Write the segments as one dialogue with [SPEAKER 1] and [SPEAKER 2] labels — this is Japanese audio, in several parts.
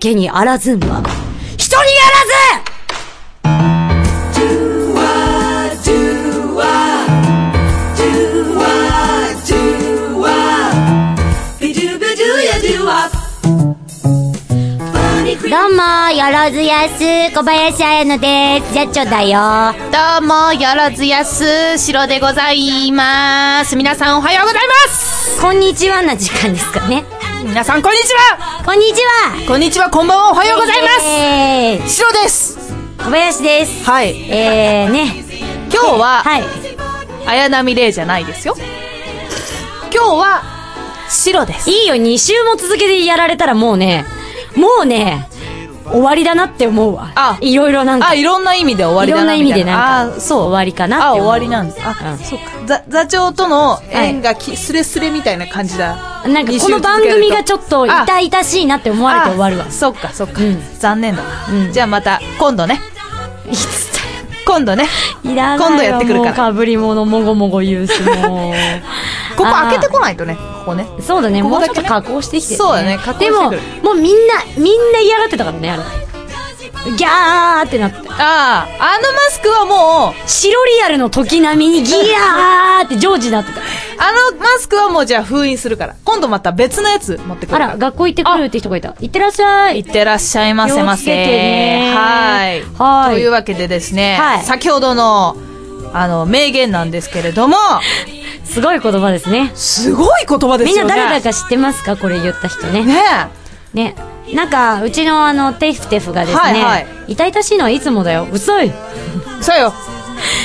[SPEAKER 1] けにあらずんは、人にあらずどうも、よろずやす、小林彩乃です。じゃっちょだよ。
[SPEAKER 2] どうも、よろずやす、しろでございます。皆さんおはようございます
[SPEAKER 1] こんにちはな時間ですかね。
[SPEAKER 2] 皆さんこんにちは
[SPEAKER 1] こんにちは
[SPEAKER 2] こんにちは、こんばんは、おはようござい
[SPEAKER 1] え
[SPEAKER 2] ますしろです
[SPEAKER 1] ー、小林です。
[SPEAKER 2] はい。
[SPEAKER 1] えーね。
[SPEAKER 2] 今日は、
[SPEAKER 1] はい。
[SPEAKER 2] 綾波レイじゃないですよ。今日は、しろです。
[SPEAKER 1] いいよ、2週も続けてやられたらもうね、もうね、終わりだなって思うわ。
[SPEAKER 2] あ
[SPEAKER 1] いろいろなんか、
[SPEAKER 2] あ、いろんな意味で終わ
[SPEAKER 1] い
[SPEAKER 2] り
[SPEAKER 1] ろ
[SPEAKER 2] だ
[SPEAKER 1] んな
[SPEAKER 2] な
[SPEAKER 1] 意味
[SPEAKER 2] みたい
[SPEAKER 1] で
[SPEAKER 2] な。
[SPEAKER 1] なんか、
[SPEAKER 2] あ、そう。
[SPEAKER 1] 終わりかな
[SPEAKER 2] あ、
[SPEAKER 1] って
[SPEAKER 2] 終
[SPEAKER 1] 思う。
[SPEAKER 2] わりなんです。あ、
[SPEAKER 1] うん
[SPEAKER 2] そうか。ざ座長との縁がき、スレスレみたいな感じだ。
[SPEAKER 1] なんか
[SPEAKER 2] 二週
[SPEAKER 1] この番組がちょ
[SPEAKER 2] 続
[SPEAKER 1] っと
[SPEAKER 2] あ
[SPEAKER 1] 痛々しいなって思
[SPEAKER 2] け
[SPEAKER 1] われ
[SPEAKER 2] ると
[SPEAKER 1] て終わるわ
[SPEAKER 2] あ。そっか、そっか
[SPEAKER 1] うん。
[SPEAKER 2] 残念だ
[SPEAKER 1] うん。
[SPEAKER 2] じゃあまた、今度ね。
[SPEAKER 1] いつだよ
[SPEAKER 2] 今度ね。
[SPEAKER 1] いらないわ
[SPEAKER 2] 今度やってくるから
[SPEAKER 1] もうかぶり物もごもご言うし、もう。
[SPEAKER 2] ここ開けてこないとね、ここね。
[SPEAKER 1] そうだね、
[SPEAKER 2] こ
[SPEAKER 1] も
[SPEAKER 2] こ
[SPEAKER 1] う
[SPEAKER 2] だ
[SPEAKER 1] ちょ
[SPEAKER 2] け
[SPEAKER 1] っ
[SPEAKER 2] ね
[SPEAKER 1] と加工してきて、
[SPEAKER 2] そうだね加工して
[SPEAKER 1] でも
[SPEAKER 2] くる、
[SPEAKER 1] もうみんな、みんな嫌がってたからね、あれ。ギャーってなって。
[SPEAKER 2] ああ、あのマスクはもう、
[SPEAKER 1] 白リアルの時並みにギャーって常時なってた。
[SPEAKER 2] あのマスクはもうじゃあ封印するから。今度また別のやつ持ってくる
[SPEAKER 1] あ
[SPEAKER 2] から。
[SPEAKER 1] ら、学校行ってくるって人がいた。行ってらっしゃい。
[SPEAKER 2] いってらっしゃいませませ。
[SPEAKER 1] 気をつけてね
[SPEAKER 2] はい。
[SPEAKER 1] はい
[SPEAKER 2] というわけでですね、
[SPEAKER 1] はい
[SPEAKER 2] 先ほどの、あの、名言なんですけれども、
[SPEAKER 1] すごい言葉ですね。
[SPEAKER 2] すごい言葉で
[SPEAKER 1] みん
[SPEAKER 2] すよ
[SPEAKER 1] な
[SPEAKER 2] ね。
[SPEAKER 1] 誰だか知ってますかこれ言った人ね。
[SPEAKER 2] ね
[SPEAKER 1] ね。なんか、うちのあの、テフテフがですね、
[SPEAKER 2] はいはい
[SPEAKER 1] 痛々しいのはいつもだよ。うそい。
[SPEAKER 2] え。そうよ。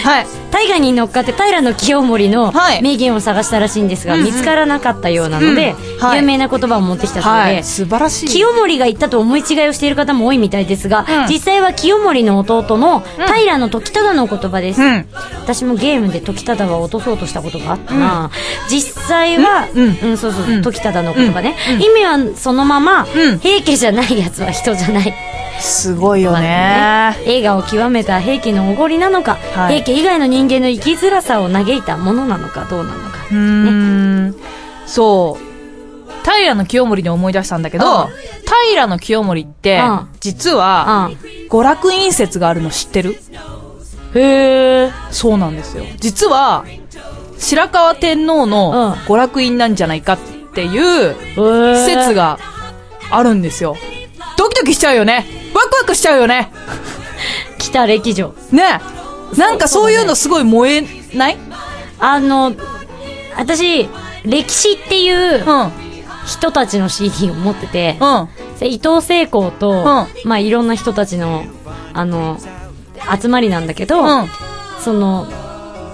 [SPEAKER 2] はい。
[SPEAKER 1] 大河に乗っかって平の清盛の
[SPEAKER 2] はい
[SPEAKER 1] 名言を探したらしいんですが、
[SPEAKER 2] うんうん
[SPEAKER 1] 見つからなかったようなので、
[SPEAKER 2] うんはい
[SPEAKER 1] 有名な言葉を持ってきたそうで、
[SPEAKER 2] はい。素晴らしい。
[SPEAKER 1] 清盛が言ったと思い違いをしている方も多いみたいですが、
[SPEAKER 2] うん
[SPEAKER 1] 実際は清盛の弟の
[SPEAKER 2] うん
[SPEAKER 1] 平の時忠の言葉です、
[SPEAKER 2] うん。
[SPEAKER 1] 私もゲームで時忠は落とそうとしたことがあったな、実際は、
[SPEAKER 2] うん
[SPEAKER 1] うんそうそう、
[SPEAKER 2] うん
[SPEAKER 1] 時忠の言葉ね、
[SPEAKER 2] うん
[SPEAKER 1] 意味はそのまま、
[SPEAKER 2] うん
[SPEAKER 1] 平家じゃないやつは人じゃない
[SPEAKER 2] すごいよね。
[SPEAKER 1] 映画を極めた平家のおごりなのか、
[SPEAKER 2] はい
[SPEAKER 1] 平家以外の人間の生きづらさを嘆いたものなのかどうなのか
[SPEAKER 2] うーんそう。平の清盛で思い出したんだけ
[SPEAKER 1] あ
[SPEAKER 2] ど
[SPEAKER 1] あ、
[SPEAKER 2] 平の清盛って
[SPEAKER 1] ああ、
[SPEAKER 2] 実は、娯楽院説があるの知ってる
[SPEAKER 1] へえ
[SPEAKER 2] そうなんですよ。実は、白河天
[SPEAKER 1] う
[SPEAKER 2] 皇
[SPEAKER 1] ん
[SPEAKER 2] の娯楽院なんじゃないかっていう
[SPEAKER 1] 施
[SPEAKER 2] 説があるんですよ。ドキドキしちゃうよね。ワクワクしちゃうよね。
[SPEAKER 1] 北歴女
[SPEAKER 2] ね。なんかそういうのすごい燃えない
[SPEAKER 1] あの私歴史っていう
[SPEAKER 2] うん。うん。
[SPEAKER 1] 人たちの CD を持ってて、
[SPEAKER 2] あ
[SPEAKER 1] で伊藤聖光と、まあいろんな人たちのあの集まりなんだけど、
[SPEAKER 2] うん
[SPEAKER 1] その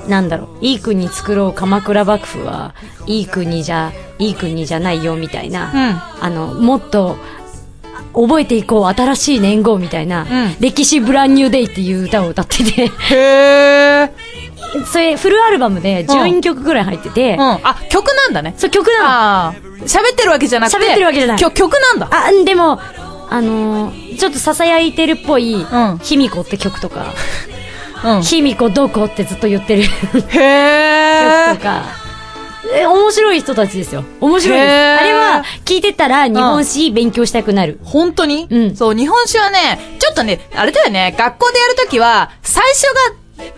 [SPEAKER 1] なんだろういい国作ろう鎌倉幕府はいい国じゃいい国じゃないよみたいな、
[SPEAKER 2] うん
[SPEAKER 1] あのもっと覚えていこう新しい年号みたいな、
[SPEAKER 2] ん
[SPEAKER 1] 歴史ブランニューデイっていう歌を歌って て
[SPEAKER 2] へえ。
[SPEAKER 1] それフルアルバムで12曲ぐらい入ってて、
[SPEAKER 2] うん。あ、曲なんだね。
[SPEAKER 1] そう曲なの
[SPEAKER 2] ああ。喋ってるわけじゃなくて。
[SPEAKER 1] 喋ってるわけじゃない
[SPEAKER 2] きょ曲なんだ。
[SPEAKER 1] あ、でも、あのーちょっと囁いてるっぽい、
[SPEAKER 2] ん
[SPEAKER 1] 卑弥呼って曲とか、
[SPEAKER 2] う ん。
[SPEAKER 1] 卑弥呼どこってずっと言ってる曲
[SPEAKER 2] へ
[SPEAKER 1] と
[SPEAKER 2] え。
[SPEAKER 1] か、え、面白い人たちですよ。面白いです
[SPEAKER 2] へー
[SPEAKER 1] あれは、聞いてたら日本史勉強したくなる。
[SPEAKER 2] 本当に、
[SPEAKER 1] うん
[SPEAKER 2] そう、日本史はね、ちょっとね、あれだよね、学校でやるときは、最初が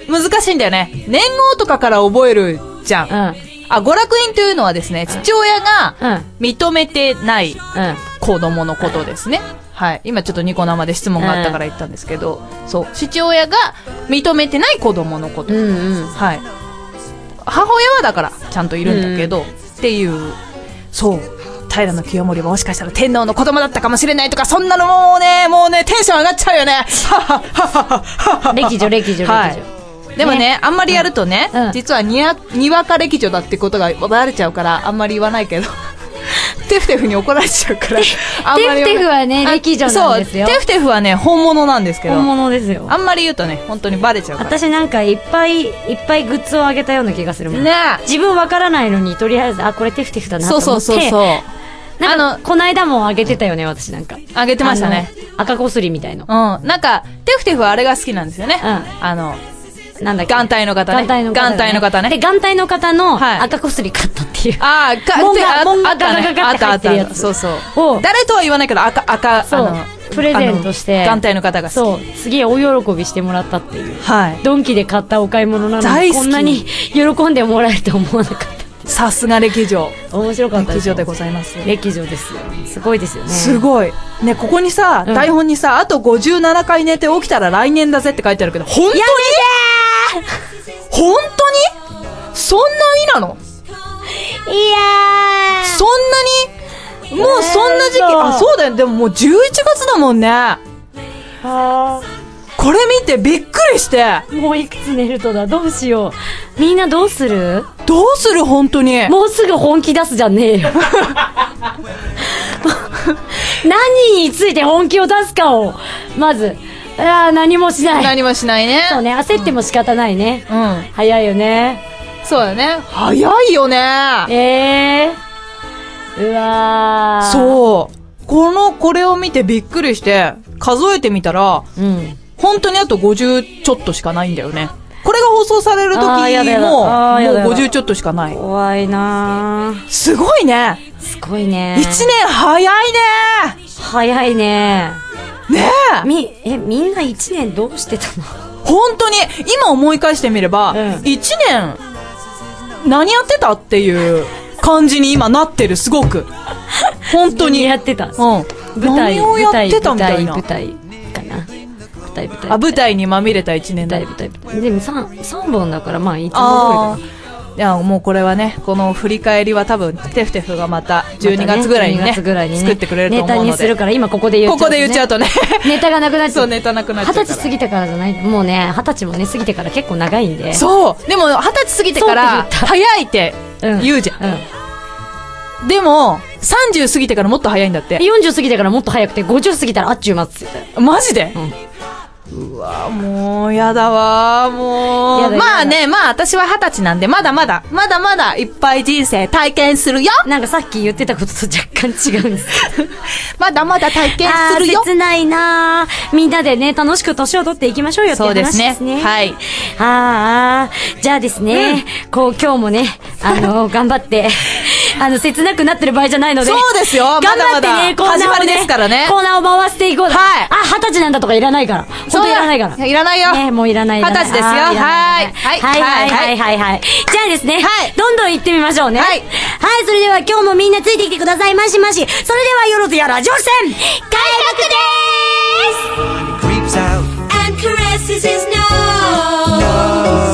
[SPEAKER 2] 難しいんだよね。年号とかから覚えるじゃん。
[SPEAKER 1] うん。うん。
[SPEAKER 2] あ、娯楽院というのはですね、父親
[SPEAKER 1] う
[SPEAKER 2] が
[SPEAKER 1] ん
[SPEAKER 2] 認めてない
[SPEAKER 1] うん。
[SPEAKER 2] 子供のことですね。はい。今ちょっとニコ生で質問があったから言ったんですけど、そう、父親が認めてない子供のこと。
[SPEAKER 1] うんうん。
[SPEAKER 2] はい。母親はだから、ちゃんといるんだけど、っていう、そう。平清盛はもしかしたら天皇の子供だったかもしれないとか、そんなのもうね、もうね、テンション上がっちゃうよね。はははは は
[SPEAKER 1] 歴女、歴女、歴女。
[SPEAKER 2] はいでもね
[SPEAKER 1] ね
[SPEAKER 2] あんまりやるとね、
[SPEAKER 1] うん
[SPEAKER 2] 実はにやにわか歴女だってことがバレちゃうから、あんまり言わないけど。 テフテフに怒られちゃうから。あんま
[SPEAKER 1] テ
[SPEAKER 2] り言わない
[SPEAKER 1] フテフはね
[SPEAKER 2] あ
[SPEAKER 1] 歴女なんですよ
[SPEAKER 2] そう、テフテフはね、本物なんですけど。
[SPEAKER 1] 本物ですよ
[SPEAKER 2] あ。んまり言うとね、本当にバレちゃうから。
[SPEAKER 1] 私なんかいっぱいいっぱいグッズをあげたような気がするもん。
[SPEAKER 2] ね
[SPEAKER 1] 自分わからないのに、とりあえず、あ、これテフテフだなと
[SPEAKER 2] そ
[SPEAKER 1] 思っ
[SPEAKER 2] う
[SPEAKER 1] て。
[SPEAKER 2] そうそうそう。
[SPEAKER 1] なん
[SPEAKER 2] あの
[SPEAKER 1] か、こないだもあげてたよね、私なんか。
[SPEAKER 2] あげてましたね。
[SPEAKER 1] あの。赤こすりみたいの。
[SPEAKER 2] うん。なんか、テフテフはあれが好きなんですよね。
[SPEAKER 1] うん
[SPEAKER 2] あの、
[SPEAKER 1] なんだっけ
[SPEAKER 2] 眼帯の方ね
[SPEAKER 1] 眼帯の方、
[SPEAKER 2] 眼帯の方ね
[SPEAKER 1] で、眼帯の方の
[SPEAKER 2] はい
[SPEAKER 1] 赤こすり買ったっていう。
[SPEAKER 2] ああ、か
[SPEAKER 1] 門
[SPEAKER 2] て
[SPEAKER 1] が
[SPEAKER 2] あ
[SPEAKER 1] 門が
[SPEAKER 2] あったね
[SPEAKER 1] ガガガガって
[SPEAKER 2] あったあ
[SPEAKER 1] 入ってるやつ
[SPEAKER 2] そうそう
[SPEAKER 1] を。
[SPEAKER 2] 誰とは言わないけど、赤、赤、
[SPEAKER 1] そう
[SPEAKER 2] あの、
[SPEAKER 1] プレゼントして
[SPEAKER 2] あの団体の方が好き
[SPEAKER 1] そうすげえ大喜びしてもらったっていう
[SPEAKER 2] はい
[SPEAKER 1] ドンキで買ったお買い物なの
[SPEAKER 2] 大
[SPEAKER 1] に
[SPEAKER 2] 好き
[SPEAKER 1] こんなに 喜んでもらえると思わなかっ
[SPEAKER 2] さすが歴女
[SPEAKER 1] た面白かった
[SPEAKER 2] 歴
[SPEAKER 1] す
[SPEAKER 2] 女でございます
[SPEAKER 1] 歴女ですよすごいですよね
[SPEAKER 2] すごいねここにさ、
[SPEAKER 1] うん
[SPEAKER 2] 台本にさあと57回寝て起きたら来年だぜって書いてあるけど本当に本当にそんなになの
[SPEAKER 1] いや
[SPEAKER 2] そんなにもうそんな時期
[SPEAKER 1] えーそう
[SPEAKER 2] あそうだよでももう11月だもんねこれ見てびっくりして
[SPEAKER 1] ーもういくつ寝るとだどうしようみんなどうする
[SPEAKER 2] どうする本当に
[SPEAKER 1] もうすぐ本気出すじゃねえよ 何について本気を出すかをまずああ何もしない
[SPEAKER 2] 何もしないね
[SPEAKER 1] そうね焦っても仕方ないね、
[SPEAKER 2] うん
[SPEAKER 1] 早いよね
[SPEAKER 2] そうだね早いよね
[SPEAKER 1] ええー、うわーう
[SPEAKER 2] そうこのこれを見てびっくりして数えてみたら
[SPEAKER 1] うん
[SPEAKER 2] 本当にあと50ちょっとしかないんだよねこれが放送される時
[SPEAKER 1] あーやだやだ
[SPEAKER 2] も
[SPEAKER 1] あーやだや
[SPEAKER 2] も
[SPEAKER 1] だ
[SPEAKER 2] う50ちょっとしかない
[SPEAKER 1] 怖いな
[SPEAKER 2] すごいね
[SPEAKER 1] ーすごいね
[SPEAKER 2] 1年早いね
[SPEAKER 1] 早いね
[SPEAKER 2] ねえ
[SPEAKER 1] みえみんな一年どうしてたの
[SPEAKER 2] 本当に今思い返してみれば、
[SPEAKER 1] うん
[SPEAKER 2] 一1年何やってたっていう感じに今なってるすごく本当に
[SPEAKER 1] やってた
[SPEAKER 2] うん、
[SPEAKER 1] 舞台
[SPEAKER 2] 何をやってた
[SPEAKER 1] 舞
[SPEAKER 2] みた
[SPEAKER 1] 台
[SPEAKER 2] い
[SPEAKER 1] 舞台舞台
[SPEAKER 2] な
[SPEAKER 1] かな舞台舞台
[SPEAKER 2] あ舞台にまみれた1
[SPEAKER 1] 舞
[SPEAKER 2] 年だ
[SPEAKER 1] 台
[SPEAKER 2] い
[SPEAKER 1] 舞台舞台でも三三本だからまあいつも
[SPEAKER 2] あーいやもうこれはねこの振り返りは多分テフテフがまた
[SPEAKER 1] 通り
[SPEAKER 2] 12月ぐらいにね,、
[SPEAKER 1] 12月ぐらいにね
[SPEAKER 2] 作ってくれると思う
[SPEAKER 1] ネタ
[SPEAKER 2] の
[SPEAKER 1] にする
[SPEAKER 2] で
[SPEAKER 1] から今ここで言っちゃ
[SPEAKER 2] こ
[SPEAKER 1] うと
[SPEAKER 2] こ
[SPEAKER 1] ね
[SPEAKER 2] で言っちゃうとね
[SPEAKER 1] ネタがなくなっちゃ
[SPEAKER 2] そううネタなくなっちゃ
[SPEAKER 1] 二
[SPEAKER 2] うか
[SPEAKER 1] 十
[SPEAKER 2] ら
[SPEAKER 1] 歳過ぎてからじゃないもうね二十歳もね過ぎてから結構長いんで
[SPEAKER 2] そうでも二十歳過ぎてから
[SPEAKER 1] そう
[SPEAKER 2] 早いって言うじゃん、
[SPEAKER 1] ん、うん
[SPEAKER 2] でも30過ぎてからもっと早いんだって
[SPEAKER 1] 40過ぎてからもっと早くて50過ぎたらあっちゅう待つって言って
[SPEAKER 2] マジで、
[SPEAKER 1] う
[SPEAKER 2] うわもうやだわも
[SPEAKER 1] や
[SPEAKER 2] う
[SPEAKER 1] だ
[SPEAKER 2] まあねまあ私は二十歳なんでまだまだまだまだいっぱい人生体験す るよ
[SPEAKER 1] たなんかさっき言ってたことと若干違うんです けど
[SPEAKER 2] まだまだ体験
[SPEAKER 1] あ
[SPEAKER 2] する
[SPEAKER 1] ー
[SPEAKER 2] よ
[SPEAKER 1] 切ないなーみんなでね楽しく年を取っていきましょうよっていう
[SPEAKER 2] そ
[SPEAKER 1] 話
[SPEAKER 2] うで
[SPEAKER 1] ですす
[SPEAKER 2] ね
[SPEAKER 1] ね
[SPEAKER 2] はい
[SPEAKER 1] あーあーじゃあですね、こう今日も ねあの頑張ってあの切なくなってる場合じゃないので
[SPEAKER 2] そうですよまだ
[SPEAKER 1] 頑張
[SPEAKER 2] ま
[SPEAKER 1] って
[SPEAKER 2] だ
[SPEAKER 1] ねコーナーをね
[SPEAKER 2] 始まりですからね
[SPEAKER 1] コーナーを回していこう
[SPEAKER 2] はい
[SPEAKER 1] あ二十歳なんだとかいらないから本当いらないから
[SPEAKER 2] いらないよ、
[SPEAKER 1] ね、もういらないいらない
[SPEAKER 2] 二十歳ですよ
[SPEAKER 1] あーらな
[SPEAKER 2] はい
[SPEAKER 1] はい
[SPEAKER 2] は
[SPEAKER 1] はいいはいはいはい。じゃあですね、
[SPEAKER 2] はい
[SPEAKER 1] どんどん行ってみましょうね。
[SPEAKER 2] はい
[SPEAKER 1] はい、それでは今日もみんなついてきてくださいましまし。それでは、よろずやラジオ戦、開幕でーす
[SPEAKER 3] creeps out.
[SPEAKER 4] and caresses his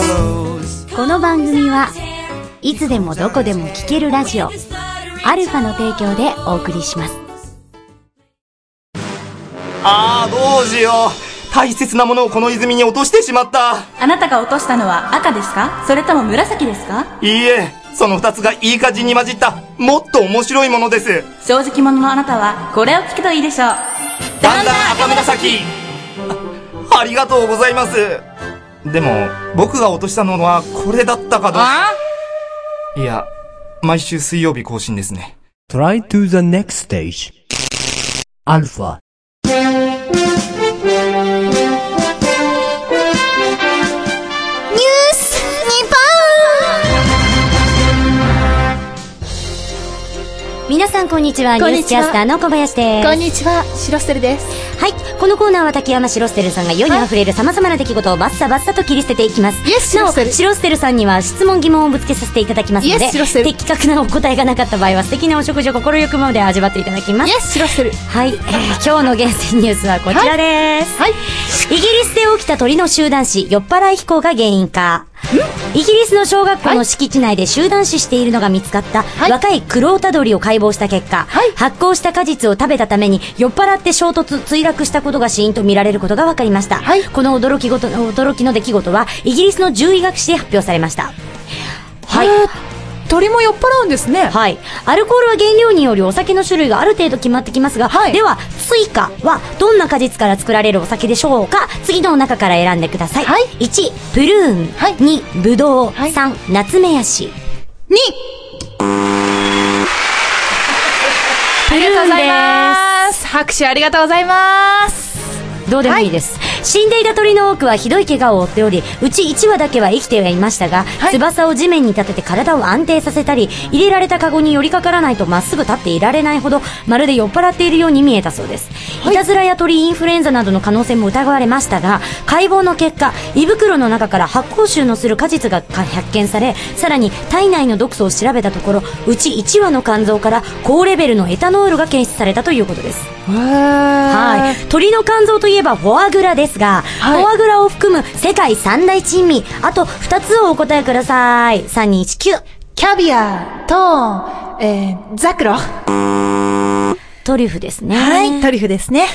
[SPEAKER 4] nose.
[SPEAKER 5] この番組はいつでもどこでも聴けるラジオアルファの提供でお送りします
[SPEAKER 3] ああ、どうしよう。大切なものをこの泉に落としてしまった。
[SPEAKER 6] あなたが落としたのは赤ですかそれとも紫ですか
[SPEAKER 3] いいえ、その二つがいい感じに混じった、もっと面白いものです。
[SPEAKER 6] 正直者のあなたはこれを聞くといいでしょう。
[SPEAKER 3] だんだん赤紫あありがとうございます。でも、僕が落としたのはこれだったかどうか。いや、毎週水曜日更新ですね。
[SPEAKER 7] Try to the next stage. Alpha.
[SPEAKER 5] 皆さんこんにちはニュ
[SPEAKER 8] こん
[SPEAKER 5] ー
[SPEAKER 8] に
[SPEAKER 5] ス
[SPEAKER 8] ち
[SPEAKER 5] キャ
[SPEAKER 8] は
[SPEAKER 5] スターの小林です
[SPEAKER 8] こんにちは、シロステルです。
[SPEAKER 5] はいこのコーナーは滝山シロステルさんが世にあふれる様々な出来事をバッサバッサと切り捨てていきます
[SPEAKER 8] イエス
[SPEAKER 5] なお
[SPEAKER 8] シロステル
[SPEAKER 5] シロステルさんには質問疑問をぶつけさせていただきますの
[SPEAKER 8] イエ
[SPEAKER 5] で
[SPEAKER 8] スシロステル
[SPEAKER 5] 的確なお答えがなかった場合は素敵なお食事を心ゆくままで味わっていただきます
[SPEAKER 8] イエス、シロステル。
[SPEAKER 5] はい、えー今日の厳選ニュースはこちらです、
[SPEAKER 8] はい。
[SPEAKER 5] イギリスで起きた鳥の集団死、酔っ払い飛行が原因か。イギリスの小学校の敷地内で集団死しているのが見つかった、
[SPEAKER 8] い
[SPEAKER 5] 若いクロータ鳥を解剖した結果、
[SPEAKER 8] はい
[SPEAKER 5] 発酵した果実を食べたために酔っ払って衝突、墜落したことが死因と見られることが分かりました。
[SPEAKER 8] はい
[SPEAKER 5] この驚きごと驚きの出来事は、イギリスの獣医学誌で発表されました。はい。
[SPEAKER 2] 鳥も酔っ払うんですね
[SPEAKER 5] はい。アルコールは原料によりお酒の種類がある程度決まってきますが、
[SPEAKER 2] はい
[SPEAKER 5] では、スイカはどんな果実から作られるお酒でしょうか次の中から選んでください。
[SPEAKER 8] はい
[SPEAKER 5] 1、プルーン。
[SPEAKER 8] はい
[SPEAKER 5] 2、ブドウ。
[SPEAKER 8] はい
[SPEAKER 5] 3、ナツメヤシ。
[SPEAKER 2] に
[SPEAKER 5] プルーン
[SPEAKER 2] ありがとうござい
[SPEAKER 5] で
[SPEAKER 2] ます拍手ありがとうございます
[SPEAKER 9] どうでもいいです。
[SPEAKER 1] 死んでいた鳥の多くはひどい怪我を負っており、うち1羽だけは生きてはいましたが、翼を地面に立てて体を安定させたり、入れられたカゴに寄りかからないとまっすぐ立っていられないほど、まるで酔っ払っているように見えたそうです。い、たずらや鳥インフルエンザなどの可能性も疑われましたが、解剖の結果、胃袋の中から発酵臭のする果実が発見され、さらに体内の毒素を調べたところ、うち1羽の肝臓から高レベルのエタノールが検出されたということです。はい。鳥の肝臓といえばフォアグラですが、フォアグラを含む世界三大珍味、あと2つをお答えください。3219。
[SPEAKER 2] キャビア、トーン、えー、ザクロ。は
[SPEAKER 1] トリュフですね。
[SPEAKER 2] い、トリュフですね。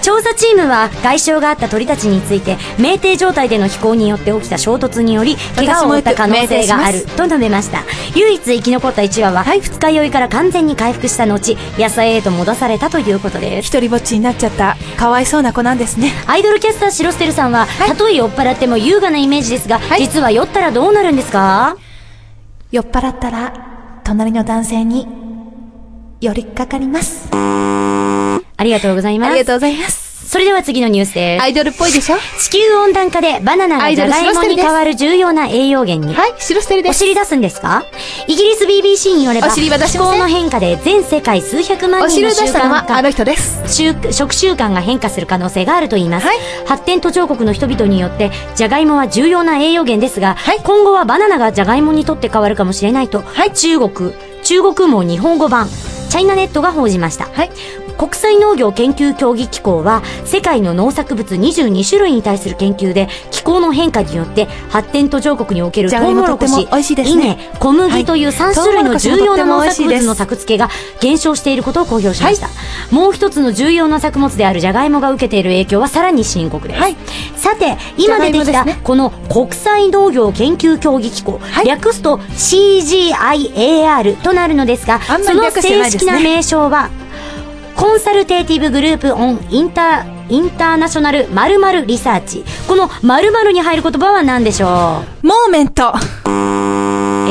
[SPEAKER 1] 調査チームは外傷があった鳥たちについて、酩酊状態での飛行によって起きた衝突により、怪我を負った可能性があると述べました。唯一生き残った1羽は、二日酔いから完全に回復した後、野菜へと戻されたということです。
[SPEAKER 2] 一人ぼっちになっちゃった、かわいそうな子なんですね。
[SPEAKER 1] アイドルキャスターシロステルさんは、たとえ酔っ払っても優雅なイメージですが、実は酔ったらどうなるんですか
[SPEAKER 2] 酔っ払ったら、隣の男性に、寄りかかります。
[SPEAKER 1] ありがとうございます。
[SPEAKER 2] うございます。
[SPEAKER 1] それでは次のニュースです。
[SPEAKER 2] アイドルっぽいでしょ
[SPEAKER 1] 地球温暖化でバナナがジャガイモに変わる重要な栄養源に。
[SPEAKER 2] はい、白ステルで
[SPEAKER 1] お
[SPEAKER 2] す。
[SPEAKER 1] 尻出すんですかイギリス BBC によれば、
[SPEAKER 2] お尻は出
[SPEAKER 1] 気
[SPEAKER 2] しません
[SPEAKER 1] 候の変化で全世界数百万
[SPEAKER 2] お
[SPEAKER 1] 人
[SPEAKER 2] 尻を
[SPEAKER 1] の
[SPEAKER 2] 出
[SPEAKER 1] 習
[SPEAKER 2] したの
[SPEAKER 1] 慣
[SPEAKER 2] は、あ
[SPEAKER 1] が
[SPEAKER 2] の人です。
[SPEAKER 1] 習食習慣が変化する可能性があるといいます、
[SPEAKER 2] はい
[SPEAKER 1] 発展途上国の人々によってジャガイモは重要な栄養源ですが、今後はバナナがジャガイモにとって変わるかもしれないと、中国中国も日本語版チャイナネットが報じました、国際農業研究協議機構は世界の農作物22種類に対する研究で気候の変化によって発展途上国における
[SPEAKER 2] ジ
[SPEAKER 1] ト
[SPEAKER 2] ャガ
[SPEAKER 1] ウ
[SPEAKER 2] イモ
[SPEAKER 1] モロコ
[SPEAKER 2] とて
[SPEAKER 1] シ
[SPEAKER 2] も美味しいですね
[SPEAKER 1] 稲小麦という3種類の重要な農作物の
[SPEAKER 2] はい
[SPEAKER 1] 作付けが減少していることを公表しました、もう一つの重要な作物であるジャガイモが受けている影響はさらに深刻です、
[SPEAKER 2] はい
[SPEAKER 1] さて今出てき
[SPEAKER 2] ジャガイ
[SPEAKER 1] た
[SPEAKER 2] モですね
[SPEAKER 1] この国際農業研究協議機構、略すと CGIAR となるのですが
[SPEAKER 2] あんま
[SPEAKER 1] そ
[SPEAKER 2] り
[SPEAKER 1] の
[SPEAKER 2] 略してな
[SPEAKER 1] 正
[SPEAKER 2] いです
[SPEAKER 1] 式
[SPEAKER 2] ね
[SPEAKER 1] な名称はコンサルテーティブグループオンインターインターナショナル〇〇リサーチ。この〇〇に入る言葉は何でしょう
[SPEAKER 2] モーメント。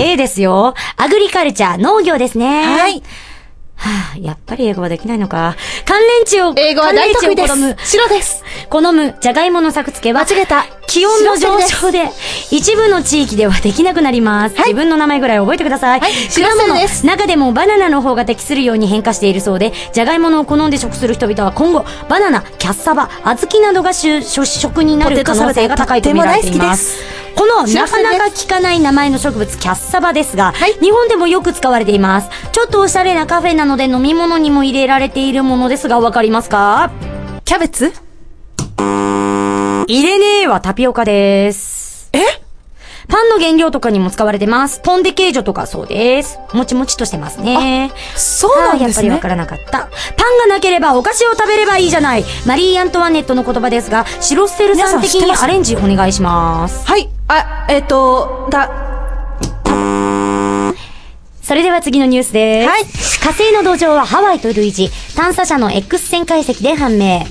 [SPEAKER 1] ええですよ。アグリカルチャー、農業ですね。
[SPEAKER 2] はい。
[SPEAKER 1] はあ、やっぱり英語はできないのか。関連値を、
[SPEAKER 2] 英語は大得意で
[SPEAKER 1] 関連値を
[SPEAKER 2] す。白です。
[SPEAKER 1] 好む、好む、じゃがいもの作付けは、
[SPEAKER 2] 間違えた
[SPEAKER 1] 気温の上昇で、一部の地域ではできなくなります。自分の名前ぐらい覚えてください。
[SPEAKER 2] はい
[SPEAKER 1] 果
[SPEAKER 2] 知らせ
[SPEAKER 1] 物
[SPEAKER 2] です
[SPEAKER 1] 中でもバナナの方が適するように変化しているそうで、じゃがいものを好んで食する人々は今後、バナナ、キャッサバ、小豆などが主主食になる可能性が高いと見られています。この、
[SPEAKER 2] 知ら
[SPEAKER 1] な
[SPEAKER 2] せで
[SPEAKER 1] か
[SPEAKER 2] す
[SPEAKER 1] なか聞かない名前の植物、キャッサバですが、
[SPEAKER 2] はい
[SPEAKER 1] 日本でもよく使われています。ちょっとおしゃれなカフェなので飲み物にも入れられているものですが、わかりますか
[SPEAKER 2] キャベツ
[SPEAKER 1] 入れねえはタピオカです。えパンの原料とかにも使われてます。ポンデケージョとかそうです。もちもちとしてますね。
[SPEAKER 2] そうなんで
[SPEAKER 1] ああやっ
[SPEAKER 2] すね
[SPEAKER 1] ぱりわからなかった。パンがなければお菓子を食べればいいじゃない。マリー・アントワネットの言葉ですが、シロステルさん的に
[SPEAKER 2] 皆さ
[SPEAKER 1] アレンジお願いします。
[SPEAKER 2] はい、あ、えっ、と、だ、
[SPEAKER 1] それでは次のニュースです。
[SPEAKER 2] はい
[SPEAKER 1] 火星の土壌はハワイと類似、探査車の X 線解析で判明。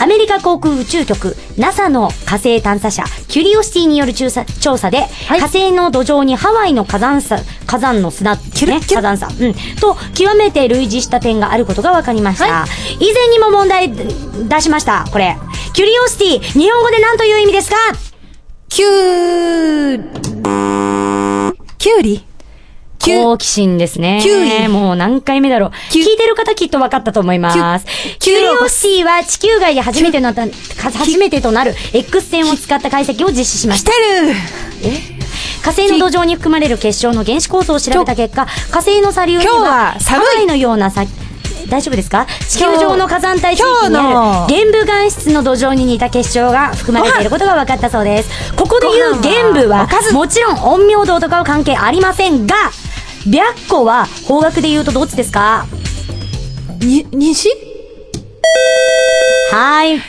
[SPEAKER 1] アメリカ航空宇宙局 NASA の火星探査車キュリオシティによる調査調査で、火星の土壌にハワイの火山さ火山の砂、ね、火山さ、うん、と極めて類似した点があることが分かりました、以前にも問題出しましたこれキュリオシティ日本語で何という意味ですか
[SPEAKER 2] キュー、キュウリキュ
[SPEAKER 1] 好奇心ですね。
[SPEAKER 2] キュウイ
[SPEAKER 1] もう何回目だろう。
[SPEAKER 2] キュ
[SPEAKER 1] 聞いてる方きっと分かったと思います。キュ
[SPEAKER 2] キュ
[SPEAKER 1] リ
[SPEAKER 2] ウ
[SPEAKER 1] オシティは地球外で初めてのた、初めてとなる X 線を使った解析を実施しました。火星の土壌に含まれる結晶の原子構造を調べた結果、火星の砂流に
[SPEAKER 2] 今日
[SPEAKER 1] は
[SPEAKER 2] は
[SPEAKER 1] ハ
[SPEAKER 2] 寒い
[SPEAKER 1] ワイのようなさ大丈夫ですか地球上の火山帯地域にあ
[SPEAKER 2] 今
[SPEAKER 1] る玄武岩質の土壌に似た結晶が含まれていることが分かったそうです。ここで言う玄武は、もちろん陰陽道とかは関係ありませんが、白虎は方角で言うとどっちですか
[SPEAKER 2] リに、西
[SPEAKER 1] はい。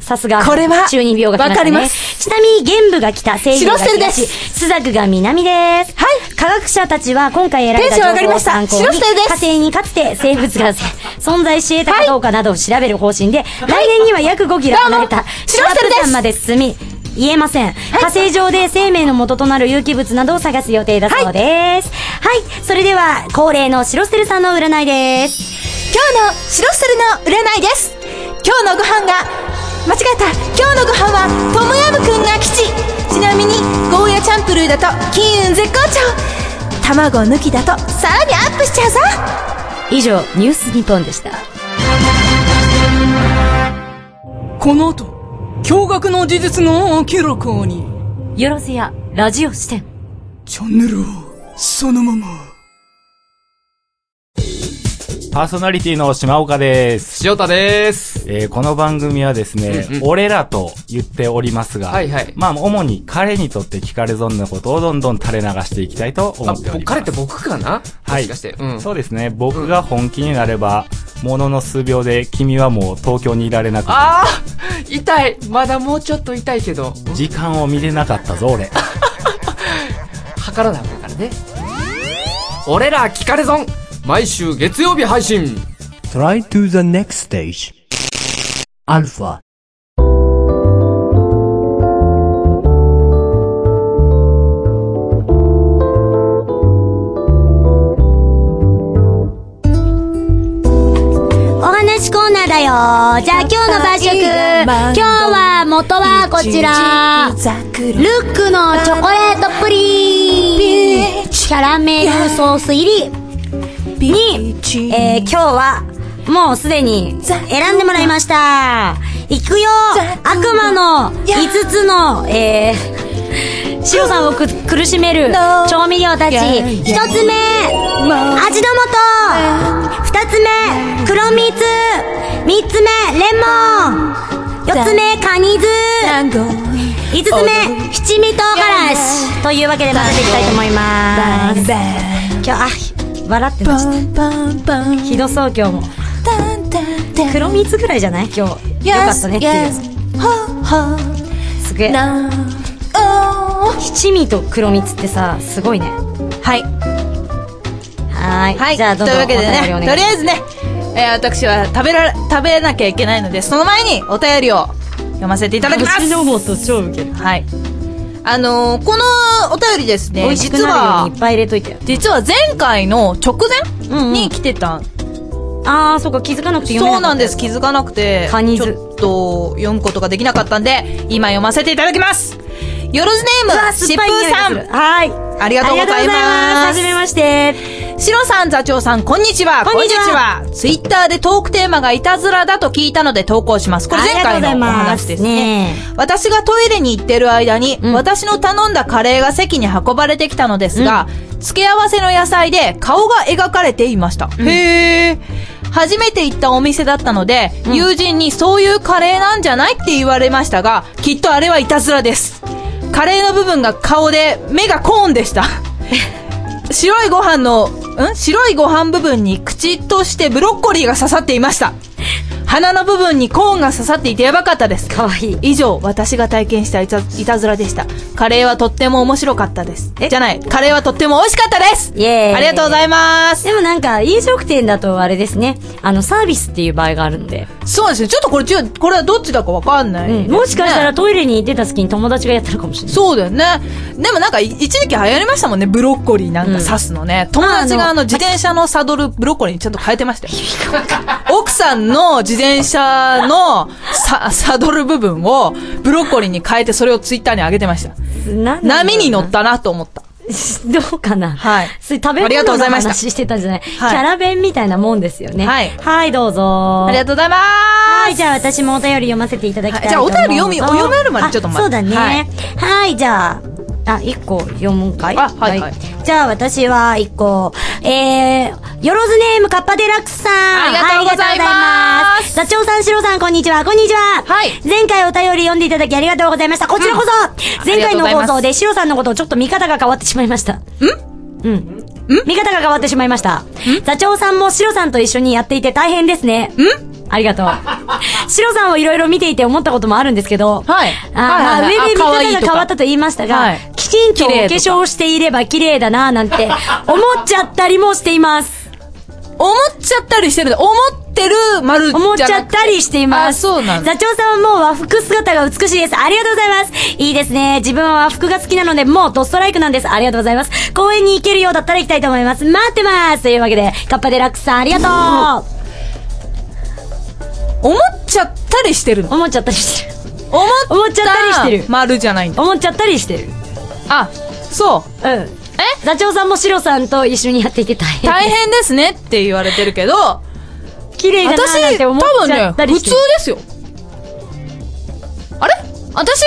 [SPEAKER 1] さすが。
[SPEAKER 2] これは
[SPEAKER 1] 中二病が来ました、ね。。
[SPEAKER 2] わかります
[SPEAKER 1] ちなみに、玄武が北、西洋が
[SPEAKER 2] 白セルで
[SPEAKER 1] 東、
[SPEAKER 2] す
[SPEAKER 1] スザクが南です。はい。科学者たちは今回選
[SPEAKER 2] テンシ
[SPEAKER 1] べ
[SPEAKER 2] ョン上
[SPEAKER 1] た情
[SPEAKER 2] がり
[SPEAKER 1] 報
[SPEAKER 2] ま
[SPEAKER 1] を
[SPEAKER 2] した
[SPEAKER 1] 参考に、
[SPEAKER 2] 白セルです
[SPEAKER 1] 火星にかつて生物 が存在し得たかどうかなどを調べる方針で、来年には約5キロ離れ
[SPEAKER 2] どう
[SPEAKER 1] た
[SPEAKER 2] も白セルです
[SPEAKER 1] プタンまで進み、言えません、火星上で生命の元となる有機物などを探す予定だそうです。はい。それでは、恒例の白セルさんの占いです。
[SPEAKER 2] 今日の白ステルの占いです
[SPEAKER 10] 今日のご飯が間違えた今日のご飯はトムヤムくんが吉ちなみにゴーヤチャンプルーだと金運絶好調卵抜きだとさらにアップしちゃうぞ
[SPEAKER 1] 以上、ニュース日本でした。
[SPEAKER 11] この後、驚愕の事実が明らかに。
[SPEAKER 1] よろずや、ラジオ視点。
[SPEAKER 11] チャンネルを、そのまま。
[SPEAKER 12] パーソナリティの島岡です。
[SPEAKER 13] 塩田です。
[SPEAKER 12] えーこの番組はですね、
[SPEAKER 13] うんうん
[SPEAKER 12] 俺らと言っておりますが、
[SPEAKER 13] はいはい
[SPEAKER 12] まあ、主に彼にとって聞かれ損なことをどんどん垂れ流していきたいと思
[SPEAKER 13] あ、
[SPEAKER 12] っております。
[SPEAKER 13] ぼ彼って僕かなもしかして。うん。
[SPEAKER 12] そうですね。僕が本気になれば、ものの数秒で君はもう東京にいられなく、
[SPEAKER 13] ああ痛いまだもうちょっと痛いけど、
[SPEAKER 12] 時間を見れなかったぞ、俺。
[SPEAKER 13] 測らなあかんからね。俺ら聞かれ損毎週月曜日配信
[SPEAKER 14] Try to the next stage. Alpha.
[SPEAKER 1] お話コーナーだよ。じゃあ今日の晩食。今日は元はこちら。ルックのチョコレートプリン。キャラメルソース入り。に、えー、今日は、もうすでに選んでもらいました。行くよ悪魔の5つの、えー、塩さんをく苦しめる調味料たち。1つ目、味の素2つ目、黒蜜3つ目、レモン4つ目、カニ酢5つ目、七味唐辛子というわけで混ぜていきたいと思います。今日、あ、笑ってました。ひどそう今日も。黒蜜ぐらいじゃない今日。よかったねっていう。すげえ。七味と黒蜜ってさ、すごいね。
[SPEAKER 2] はい。
[SPEAKER 1] はーい。
[SPEAKER 2] はい。
[SPEAKER 1] じゃあど
[SPEAKER 2] と
[SPEAKER 1] うぞ。
[SPEAKER 2] いうわけでね、
[SPEAKER 1] お便りお願いします
[SPEAKER 2] とりあえずね、えー私は食べられ、食べなきゃいけないので、その前にお便りを読ませていただきます。
[SPEAKER 1] 超ウケる。
[SPEAKER 2] はい。あのーこのお便りです
[SPEAKER 1] 美
[SPEAKER 2] ね、
[SPEAKER 1] 味しく
[SPEAKER 2] 実
[SPEAKER 1] なるよう
[SPEAKER 2] は
[SPEAKER 1] にい、っぱい入れといてよ。
[SPEAKER 2] 実は前回の直
[SPEAKER 1] うんう
[SPEAKER 2] 前
[SPEAKER 1] ん
[SPEAKER 2] に来てた、
[SPEAKER 1] あー、そうか、気づかなくて読め
[SPEAKER 2] そう
[SPEAKER 1] なか
[SPEAKER 2] な
[SPEAKER 1] った
[SPEAKER 2] ん
[SPEAKER 1] や
[SPEAKER 2] で
[SPEAKER 1] つ
[SPEAKER 2] す気づかなくて
[SPEAKER 1] カニズ
[SPEAKER 2] ちょっと読むことができなかったんで今読ませていただきますよろずネームしっぷーさん
[SPEAKER 1] はーい。
[SPEAKER 2] ありがとうございます
[SPEAKER 1] ありがとうございまはじめまして。
[SPEAKER 2] シロさん、座長さん、こんにちは。
[SPEAKER 1] こんにちは
[SPEAKER 2] こんにちは。ツイッターでトークテーマがいたずらだと聞いたので投稿します。これ前
[SPEAKER 1] あり
[SPEAKER 2] 回
[SPEAKER 1] がとうござい
[SPEAKER 2] のお
[SPEAKER 1] ます
[SPEAKER 2] 話ですね
[SPEAKER 1] ね。
[SPEAKER 2] 私がトイレに行ってる間に、
[SPEAKER 1] ん
[SPEAKER 2] 私の頼んだカレーが席に運ばれてきたのですが、付け合わせの野菜で顔が描かれていました。へー。初めて行ったお店だったので、友人にそういうカレーなんじゃないって言われましたが、きっとあれはいたずらです。カレーの部分が顔で、目がコーンでした。白いご飯の、ん白いご飯部分に口としてブロッコリーが刺さっていました。鼻の部分にコーンが刺さっていてやばかったです。
[SPEAKER 1] かわいい。
[SPEAKER 2] 以上、私が体験したいたいたずらでした。カレーはとっても面白かったです。
[SPEAKER 1] え
[SPEAKER 2] じゃない、カレーはとっても美味しかったです
[SPEAKER 1] イエーイ
[SPEAKER 2] ありがとうございます
[SPEAKER 1] でもなんか、飲食店だとあれですね、あの、サービスっていう場合があるので、
[SPEAKER 2] そうですね、ちょっとこれ、ちょこれはどっちだかわかんない、
[SPEAKER 1] うんもしかしたら、トイレに出た隙に友達がやったのかもしれない。
[SPEAKER 2] そうだよね。でもなんか、い一時期流行りましたもんね、ブロッコリーなんか刺すのね。友達があの、自転車のサドル、ブロッコリーにちゃんと変えてましたよ。 奥さんの自転車のササドル部分を、ブロッコリーに変えて、それをツイッターに上げてました。
[SPEAKER 1] なんだろうな
[SPEAKER 2] 波に乗っ。たなと思った。
[SPEAKER 1] どうかな
[SPEAKER 2] はい
[SPEAKER 1] それ食べ
[SPEAKER 2] ありがと
[SPEAKER 1] 物の
[SPEAKER 2] うございました
[SPEAKER 1] 話してたんじゃない
[SPEAKER 2] はい
[SPEAKER 1] キャラ弁みたいなもんですよね。
[SPEAKER 2] はい
[SPEAKER 1] はい、どうぞ。
[SPEAKER 2] ありがとうございま
[SPEAKER 1] はい、
[SPEAKER 2] す。
[SPEAKER 1] じゃあ私もお便り読ませていただきたい
[SPEAKER 2] はいじゃあお便り読み
[SPEAKER 1] と思うぞ
[SPEAKER 2] お読めるまでちょっと待って
[SPEAKER 1] あそうだね。
[SPEAKER 2] は
[SPEAKER 1] はいい、じゃあ、あ、一個読むんかい
[SPEAKER 2] あはいはい
[SPEAKER 1] じゃあ私は一個、えー、よろずネームカッパデラックスさん。
[SPEAKER 2] ありがとうござ
[SPEAKER 1] ありがとうご
[SPEAKER 2] います
[SPEAKER 1] ざいます座長さん、シロさん、こんにちは。こんにちは。
[SPEAKER 2] はい
[SPEAKER 1] 前回お便り読んでいただきありがとうございました。こちらこそ、前回の
[SPEAKER 2] ありがとうござい
[SPEAKER 1] 放
[SPEAKER 2] ます
[SPEAKER 1] 送でシロさんのことをちょっと見方が変わってしまいました。見方が変わってしまいました。座長さんもシロさんと一緒にやっていて大変ですね。ありがと う。シロさんをいろいろ見ていて思ったこともあるんですけど、
[SPEAKER 2] はい
[SPEAKER 1] あーまあ
[SPEAKER 2] はいはいは
[SPEAKER 1] 上
[SPEAKER 2] い
[SPEAKER 1] で見
[SPEAKER 2] あ可愛い
[SPEAKER 1] 方が
[SPEAKER 2] とか
[SPEAKER 1] 変わったと言いましたが、
[SPEAKER 2] はい
[SPEAKER 1] きちんとお
[SPEAKER 2] 綺
[SPEAKER 1] 化
[SPEAKER 2] 麗とか
[SPEAKER 1] 粧していれば綺麗だなぁなんて思っちゃったりもしています。
[SPEAKER 2] 思っちゃったりしてるの思ってる 丸
[SPEAKER 1] 思っち
[SPEAKER 2] じ
[SPEAKER 1] ゃ
[SPEAKER 2] ゃな
[SPEAKER 1] っ
[SPEAKER 2] く
[SPEAKER 1] たりしています。
[SPEAKER 2] あそうなんだ
[SPEAKER 1] 座長さんはもう和服姿が美しいです。ありがとうございます。いいですね。自分は和服が好きなので、もうドストライクなんです。ありがとうございます。公園に行けるようだったら行きたいと思います。待ってます。というわけで、カッパデラックスさんありがとう。
[SPEAKER 2] 思っちゃったりしてるの
[SPEAKER 1] 思っちゃったりしてる
[SPEAKER 2] 思っ
[SPEAKER 1] 思っちゃったりしてる
[SPEAKER 2] 丸じゃないんだ
[SPEAKER 1] 思っちゃったりしてる
[SPEAKER 2] あそう
[SPEAKER 1] うんえ座長さんもシロさんと一緒にやっていて大変
[SPEAKER 2] 大変ですねって言われてるけ ど
[SPEAKER 1] 綺麗だなーなんて思っちゃったりしてる
[SPEAKER 2] 私多分ね普通ですよあれ私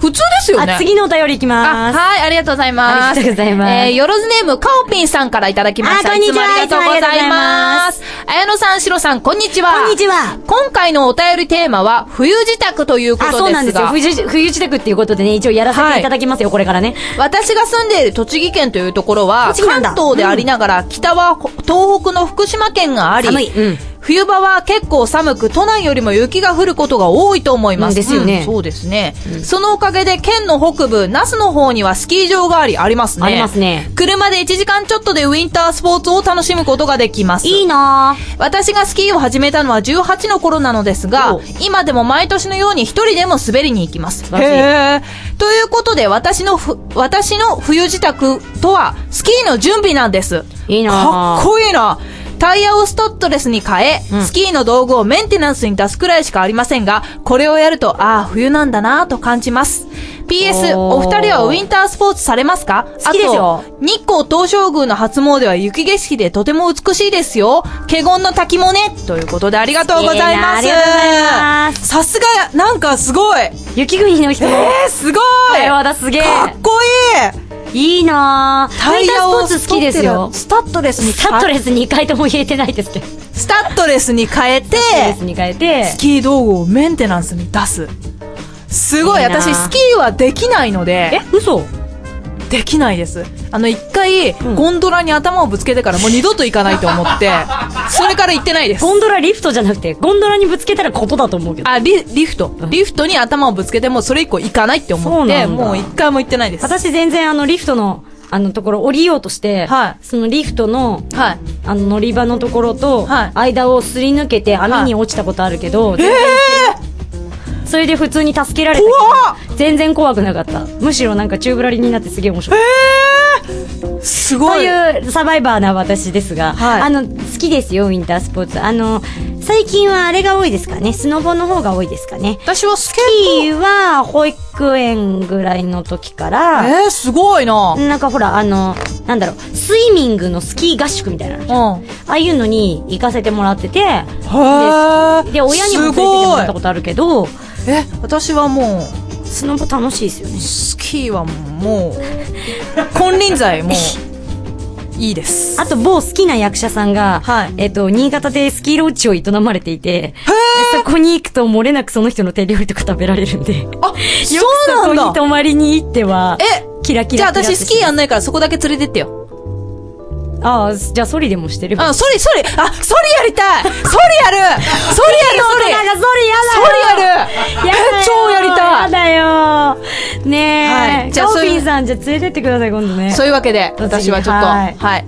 [SPEAKER 2] 普通ですよね
[SPEAKER 1] あ次のお便りいきます
[SPEAKER 2] あはいありがとうございます
[SPEAKER 1] ありがとうございます
[SPEAKER 2] えー、よろずネームカオピンさんからいただきました
[SPEAKER 1] あこんにちはい
[SPEAKER 2] つもありがとうございます綾野さんシロさんこんにちは
[SPEAKER 1] こんにちは
[SPEAKER 2] 今回のお便りテーマは冬自宅ということ
[SPEAKER 1] あ
[SPEAKER 2] ですが
[SPEAKER 1] そうなんですよ冬じ冬支度っていうことでね一応やらせていただきますよ、これからね
[SPEAKER 2] 私が住んでいる栃木県というところは
[SPEAKER 1] 栃木なん
[SPEAKER 2] 関
[SPEAKER 1] だ
[SPEAKER 2] 東でありながら、北はこ東北の福島県があり
[SPEAKER 1] 寒いうん
[SPEAKER 2] 冬場は結構寒く都内よりも雪が降ることが多いと思いま
[SPEAKER 1] う
[SPEAKER 2] す
[SPEAKER 1] んですよね
[SPEAKER 2] うんそうですね、そのおかげで県の北部那須の方にはスキー場がありありますね
[SPEAKER 1] ありますね
[SPEAKER 2] 車で1時間ちょっとでウィンタースポーツを楽しむことができます
[SPEAKER 1] いいな
[SPEAKER 2] 私がスキーを始めたのは18の頃なのですが今でも毎年のように一人でも滑りに行きます
[SPEAKER 1] らしい
[SPEAKER 2] へーということで私のふ私の冬支度とはスキーの準備なんです
[SPEAKER 1] いいな
[SPEAKER 2] かっこいいなタイヤをストットレスに変え、スキーの道具をメンテナンスに出すくらいしかありませんが、これをやると、ああ、冬なんだなぁと感じます。PS、
[SPEAKER 1] おー
[SPEAKER 2] お二人はウィンタースポーツされますか
[SPEAKER 1] 好きですよ
[SPEAKER 2] あと日光東照宮の初詣は雪景色でとても美しいですよ。華厳の滝もね。ということでありがとうございます。
[SPEAKER 1] いいなありがとうございます
[SPEAKER 2] さすが、なんかすごい。え
[SPEAKER 1] 雪国の人も
[SPEAKER 2] ー、すご
[SPEAKER 1] こ
[SPEAKER 2] い
[SPEAKER 1] れはだすげえ
[SPEAKER 2] かっこいい
[SPEAKER 1] いいなぁ。タイタースポーツ好きですよ。
[SPEAKER 2] スタッドレスに
[SPEAKER 1] サットレス2回とも言えてないですけど。
[SPEAKER 2] スタッドレスに変えて、
[SPEAKER 1] レスに変えて。
[SPEAKER 2] スキー道具をメンテナンスに出す。すごい、
[SPEAKER 1] いいな
[SPEAKER 2] 私スキーはできないの
[SPEAKER 1] え
[SPEAKER 2] で、、
[SPEAKER 1] 嘘
[SPEAKER 2] できないです。あの、一回、ゴンドラに頭をぶつけてからもう二度と行かないと思 って、それから行ってないです。
[SPEAKER 1] ゴンドラリフトじゃなくて、ゴンドラにぶつけたらことだと思うけど。
[SPEAKER 2] あ、リ、リフト。リフトに頭をぶつけてもうそれ以降行かないって
[SPEAKER 1] そ
[SPEAKER 2] 思
[SPEAKER 1] う
[SPEAKER 2] って、
[SPEAKER 1] なんだ
[SPEAKER 2] もう一回も行ってないです。
[SPEAKER 1] 私全然あのリフトの、あのところ降りようとして、
[SPEAKER 2] はい
[SPEAKER 1] そのリフトの、
[SPEAKER 2] はい。
[SPEAKER 1] あの乗り場のところと、
[SPEAKER 2] はい
[SPEAKER 1] 間をすり抜けて網に落ちたことあるけど、全然それで普通に助けられたけど
[SPEAKER 2] 怖っ
[SPEAKER 1] 全然怖くなかった。むしろなんか宙ぶらりんになってすげえ面白い。
[SPEAKER 2] す
[SPEAKER 1] と
[SPEAKER 2] ごい。
[SPEAKER 1] いうサバイバーな私ですが、
[SPEAKER 2] はい
[SPEAKER 1] あの好きですよウィンタースポーツあの最近はあれが多いですかねスノボの方が多いですかね
[SPEAKER 2] 私はスケ
[SPEAKER 1] スキーは保育園ぐらいの時から
[SPEAKER 2] えー、すごいな
[SPEAKER 1] なんかほらあのなんだろうスイミングのスキー合宿みたいなのあるじゃんあ
[SPEAKER 2] うん。
[SPEAKER 1] あいうのに行かせてもらってて
[SPEAKER 2] へえ。
[SPEAKER 1] で親にも連れてきてもらったことあるけど
[SPEAKER 2] すごい。え、私はもう、
[SPEAKER 1] スノボ楽しいですよね
[SPEAKER 2] スキーはもう、金輪際も う、いいです。
[SPEAKER 1] あと某好きな役者さんが、
[SPEAKER 2] はい
[SPEAKER 1] えっと、新潟でスキーローチを営まれていて、そこに行くと漏れなくその人の手料理とか食べられるんで、よく
[SPEAKER 2] あ、
[SPEAKER 1] そ
[SPEAKER 2] そう
[SPEAKER 1] こ
[SPEAKER 2] なん
[SPEAKER 1] に
[SPEAKER 2] だ
[SPEAKER 1] 泊まりに行っては、
[SPEAKER 2] え
[SPEAKER 1] キラキ
[SPEAKER 2] じゃあ
[SPEAKER 1] ラキラ
[SPEAKER 2] 私スキー
[SPEAKER 1] ー
[SPEAKER 2] やんないからそこだけ連れてってよ。
[SPEAKER 1] ああ、じゃあソリでもしてれば。
[SPEAKER 2] あ、ソリ、ソリあ、ソリやりたいソリ
[SPEAKER 1] な
[SPEAKER 2] やるソリやるソリ
[SPEAKER 1] んかソ
[SPEAKER 2] ソリ
[SPEAKER 1] リやだよ
[SPEAKER 2] や
[SPEAKER 1] やだよ
[SPEAKER 2] るえ超やりたい
[SPEAKER 1] やだよねえ、
[SPEAKER 2] はいじ
[SPEAKER 1] じ
[SPEAKER 2] ゃ
[SPEAKER 1] ゃ
[SPEAKER 2] あ
[SPEAKER 1] あ
[SPEAKER 2] そういう
[SPEAKER 1] ピンさん、じゃあ連れてってください、今度ね。
[SPEAKER 2] そういうわけで、
[SPEAKER 1] 栃木
[SPEAKER 2] 私はちょっと、は
[SPEAKER 1] はいい。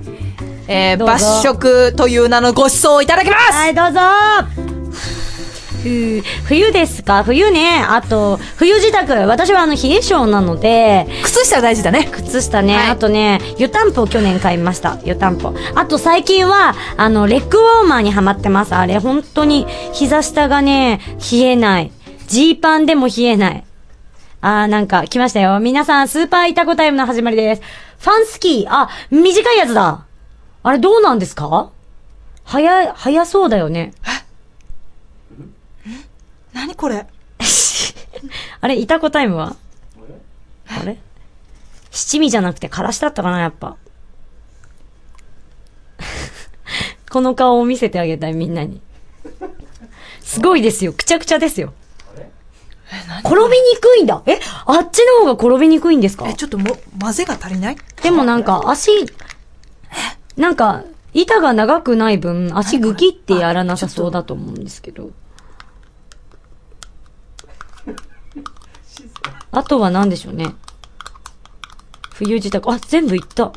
[SPEAKER 2] えー、
[SPEAKER 1] どうぞ
[SPEAKER 2] 抜食という名のご馳走をいただきます、
[SPEAKER 1] はい、どうぞふう冬ですか冬ね。あと、冬自宅。私はあの、冷え性なので、
[SPEAKER 2] 靴下大事だね。
[SPEAKER 1] 靴下ね、
[SPEAKER 2] はい
[SPEAKER 1] あとね、湯たんぽを去年買いました。湯たんぽ。あと最近は、あの、レッグウォーマーにはまってます。あれ、本当に、膝下がね、冷えない。ジーパンでも冷えない。あー、なんか、来ましたよ。皆さん、スーパーイタコタイムの始まりです。ファンスキー。あ、短いやつだ。あれ、どうなんですか早い、早そうだよね。
[SPEAKER 2] 何これ
[SPEAKER 1] あれ、イタコタイムはあれ七味じゃなくてからしだったかな、やっぱ。 この顔を見せてあげたい、みんなに。すごいですよ。くちゃくちゃですよ。転びにくいんだ。え、あっちの方が転びにくいんですか
[SPEAKER 2] え、ちょっとも、混ぜが足りない
[SPEAKER 1] でもなんか足、なんか、板が長くない分、足ぐきってやらなさそうだと思うんですけど。あとは何でしょうね。冬自宅。あ、全部いった。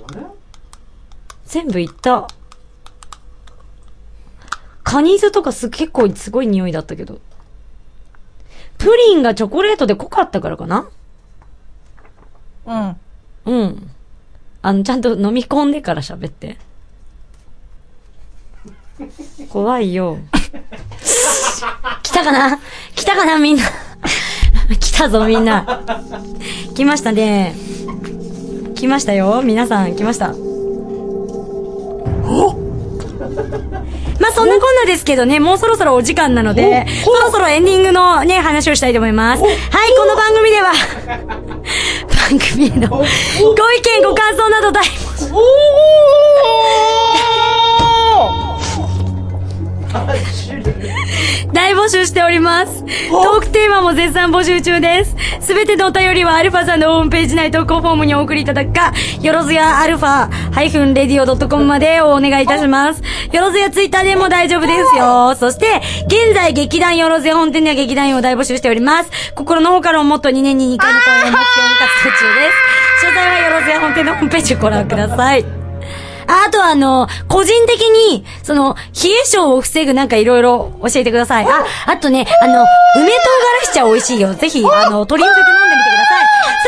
[SPEAKER 1] 全部いった。カニ酢とかす、結構すごい匂いだったけど。プリンがチョコレートで濃かったからかな
[SPEAKER 2] うん。
[SPEAKER 1] うん。あの、ちゃんと飲み込んでから喋って。怖いよ。来たかな来たかなみんな来たぞみんな来ましたね来ましたよ皆さん来ましたまあそんなこんなですけどね、もうそろそろお時間なので、そろそろエンディングのね、話をしたいと思います。はい、この番組では、番組へのご意見、ご感想など大募集。大募集しております。トークテーマも絶賛募集中です。すべてのお便りはアルファさんのホームページ内投稿フォームにお送りいただくか、よろずやアルファ -radio.com までお願いいたします。よろずやツイッターでも大丈夫ですよ。そして、現在劇団よろずや本店では劇団員を大募集しております。心の方からもっと2年に2回の公演を目標に活動中です。詳細はよろずや本店のホームページをご覧ください。ああとはあの、個人的に、その、冷え性を防ぐなんかいろいろ教えてください。あ、あとね、あの、梅唐辛子茶美味しいよ。ぜひ、あの、取り寄せて飲んでみてください。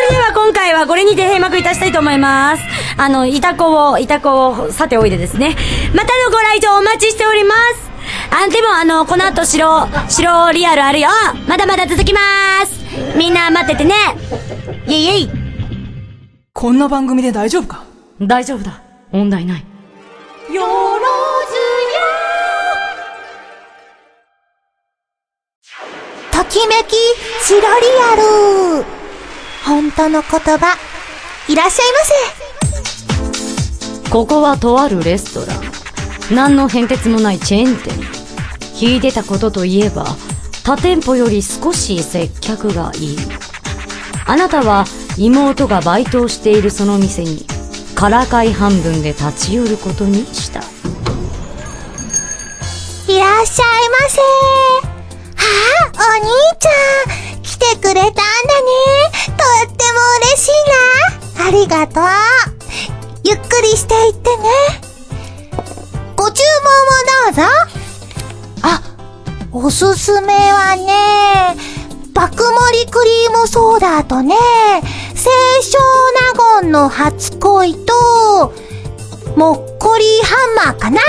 [SPEAKER 1] それでは今回はこれにて閉幕いたしたいと思います。あの、いたこを、いたこをさておいでですね。またのご来場お待ちしております。あ、でもあの、この後白、白リアルあるよ。まだまだ続きます。みんな待っててね。イェイイェイ。
[SPEAKER 15] こんな番組で大丈夫か
[SPEAKER 1] 大丈夫だ。問題ない。
[SPEAKER 4] よろ
[SPEAKER 8] ときめき、白リアル。本当の言葉、いらっしゃい
[SPEAKER 1] ここはとあるレストラン何の変哲もないチェーン店秀でたことといえば他店舗より少し接客がいいあなたは妹がバイトをしているその店にからかい半分で立ち寄ることにした
[SPEAKER 8] ませ。いらっしゃいませ。ああ、お兄ちゃん、来てくれたんだね。とっても嬉しいな。ありがとう。ゆっくりしていってね。ご注文をどうぞ。あ、おすすめはね、爆盛りクリームソーダとね、清少納言の初恋と、もっこりハンマーかな。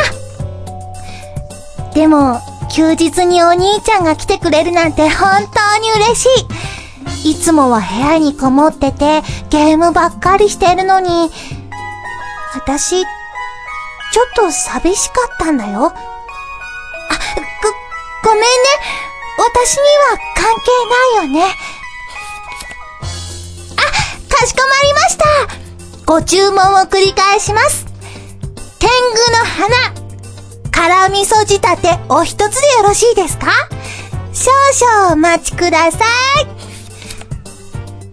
[SPEAKER 8] でも、休日にお兄ちゃんが来てくれるなんて本当に嬉しい。いつもは部屋にこもってて、ゲームばっかりしてるのに、私、ちょっと寂しかったんだよ。あ、ご、ごめんね。私には関係ないよね。あ、かしこまりました。ご注文を繰り返します。天狗の花。辛味噌仕立てお一つでよろしいですか少々お待ちくださ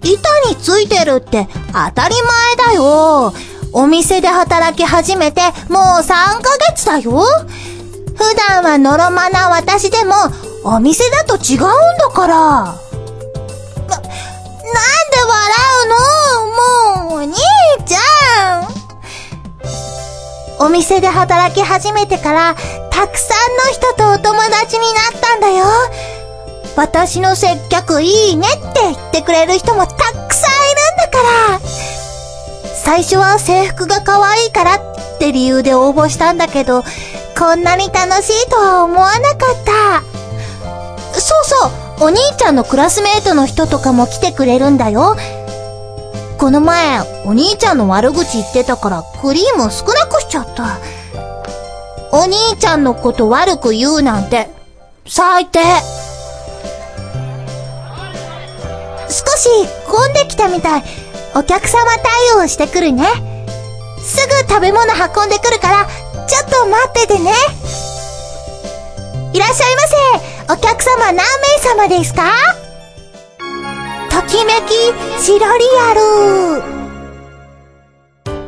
[SPEAKER 8] い。板についてるって当たり前だよ。お店で働き始めてもう3ヶ月だよ。普段はのろまな私でもお店だと違うんだから。な、なんで笑うのもうお兄ちゃん。お店で働き始めてから、たくさんの人とお友達になったんだよ。私の接客いいねって言ってくれる人もたくさんいるんだから。最初は制服が可愛いからって理由で応募したんだけど、こんなに楽しいとは思わなかった。そうそう、お兄ちゃんのクラスメートの人とかも来てくれるんだよ。この前、お兄ちゃんの悪口言ってたから、クリーム少なくしちゃった。お兄ちゃんのこと悪く言うなんて、最低。少し混んできたみたい。お客様対応してくるね。すぐ食べ物運んでくるから、ちょっと待っててね。いらっしゃいませ。お客様何名様ですかときめき白リアル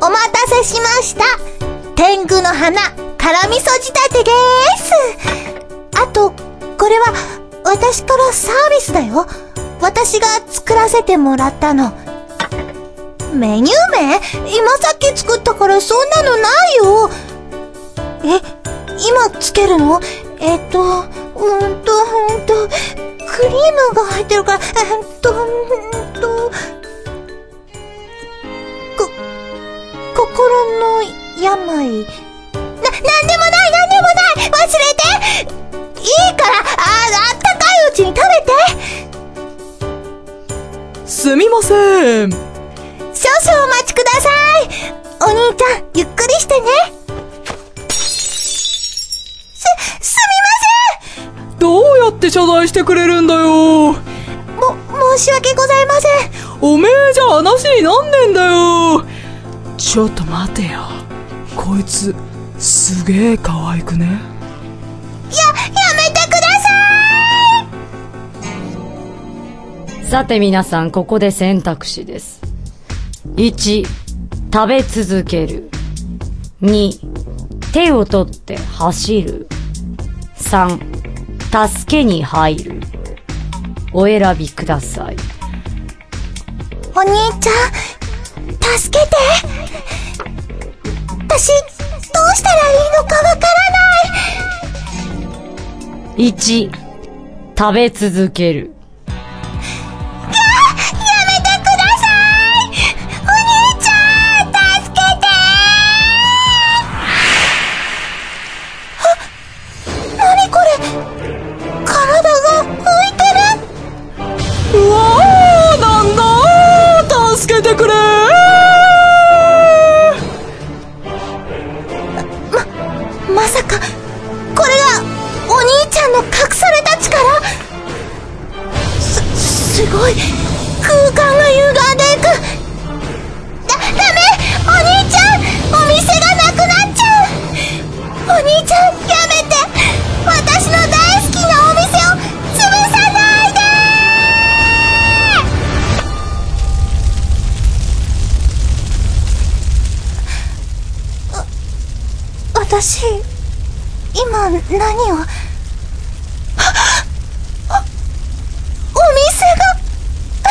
[SPEAKER 8] お待たせしました天狗の花辛味噌仕立てでーすあとこれは私からサービスだよ私が作らせてもらったのメニュー名今さっき作ったからそんなのないよえ今つけるのえっとうーんとうーんとクリームが入ってるから、えっと、うんと、こ、心の病。な、なんでもない、なんでもない忘れていいから、あ、あったかいうちちに食
[SPEAKER 15] べてすみません少
[SPEAKER 8] 々お待ちくださいお兄ちゃんゆっくりしてねすすみま
[SPEAKER 15] せんどうやって謝罪してくれるんだよ
[SPEAKER 8] も申し訳ございません
[SPEAKER 15] おめえじゃ話になんねんだよちょっと待てよこいつすげえ可愛くねやや
[SPEAKER 8] めてくだ
[SPEAKER 1] さいさて皆さんここで選択肢です1食べ続ける2手を取って走る3助けに入るお選びください
[SPEAKER 8] お兄ちゃん助けて私どうしたらいいのかわから
[SPEAKER 1] ない1食べ続ける
[SPEAKER 8] ややめてくださいお兄ちゃん助けてあ何これ体が浮いてる
[SPEAKER 15] うわーなんだ助けてくれ
[SPEAKER 8] ままさかこれがお兄ちゃんの隠された力すすごい空間が歪んでいくだダメお兄ちゃんお店がなくなっちゃうお兄ちゃんやめて私の大好きなお店を潰さないで私今何を お店が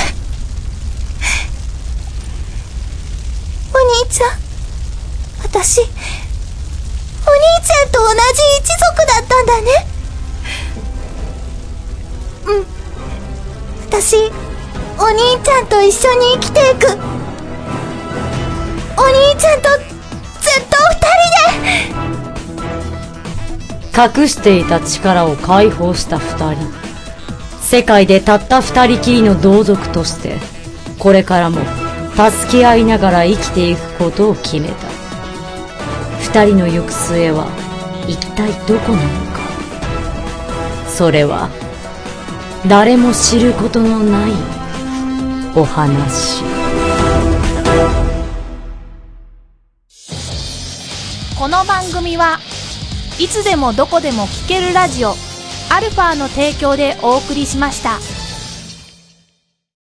[SPEAKER 8] お兄ちゃん私お兄ちゃんと同じ一族だったんだねうん私お兄ちゃんと一緒に生きていくお兄ちゃんとずっと二人で
[SPEAKER 1] 隠していた力を解放した2人世界でたった2人きりの同族としてこれからも助け合いながら生きていくことを決めた2人の行く末は一体どこなのかそれは誰も知ることのないお話
[SPEAKER 16] この番組はいつでもどこでも聴けるラジオアルファの提供でお送りしました。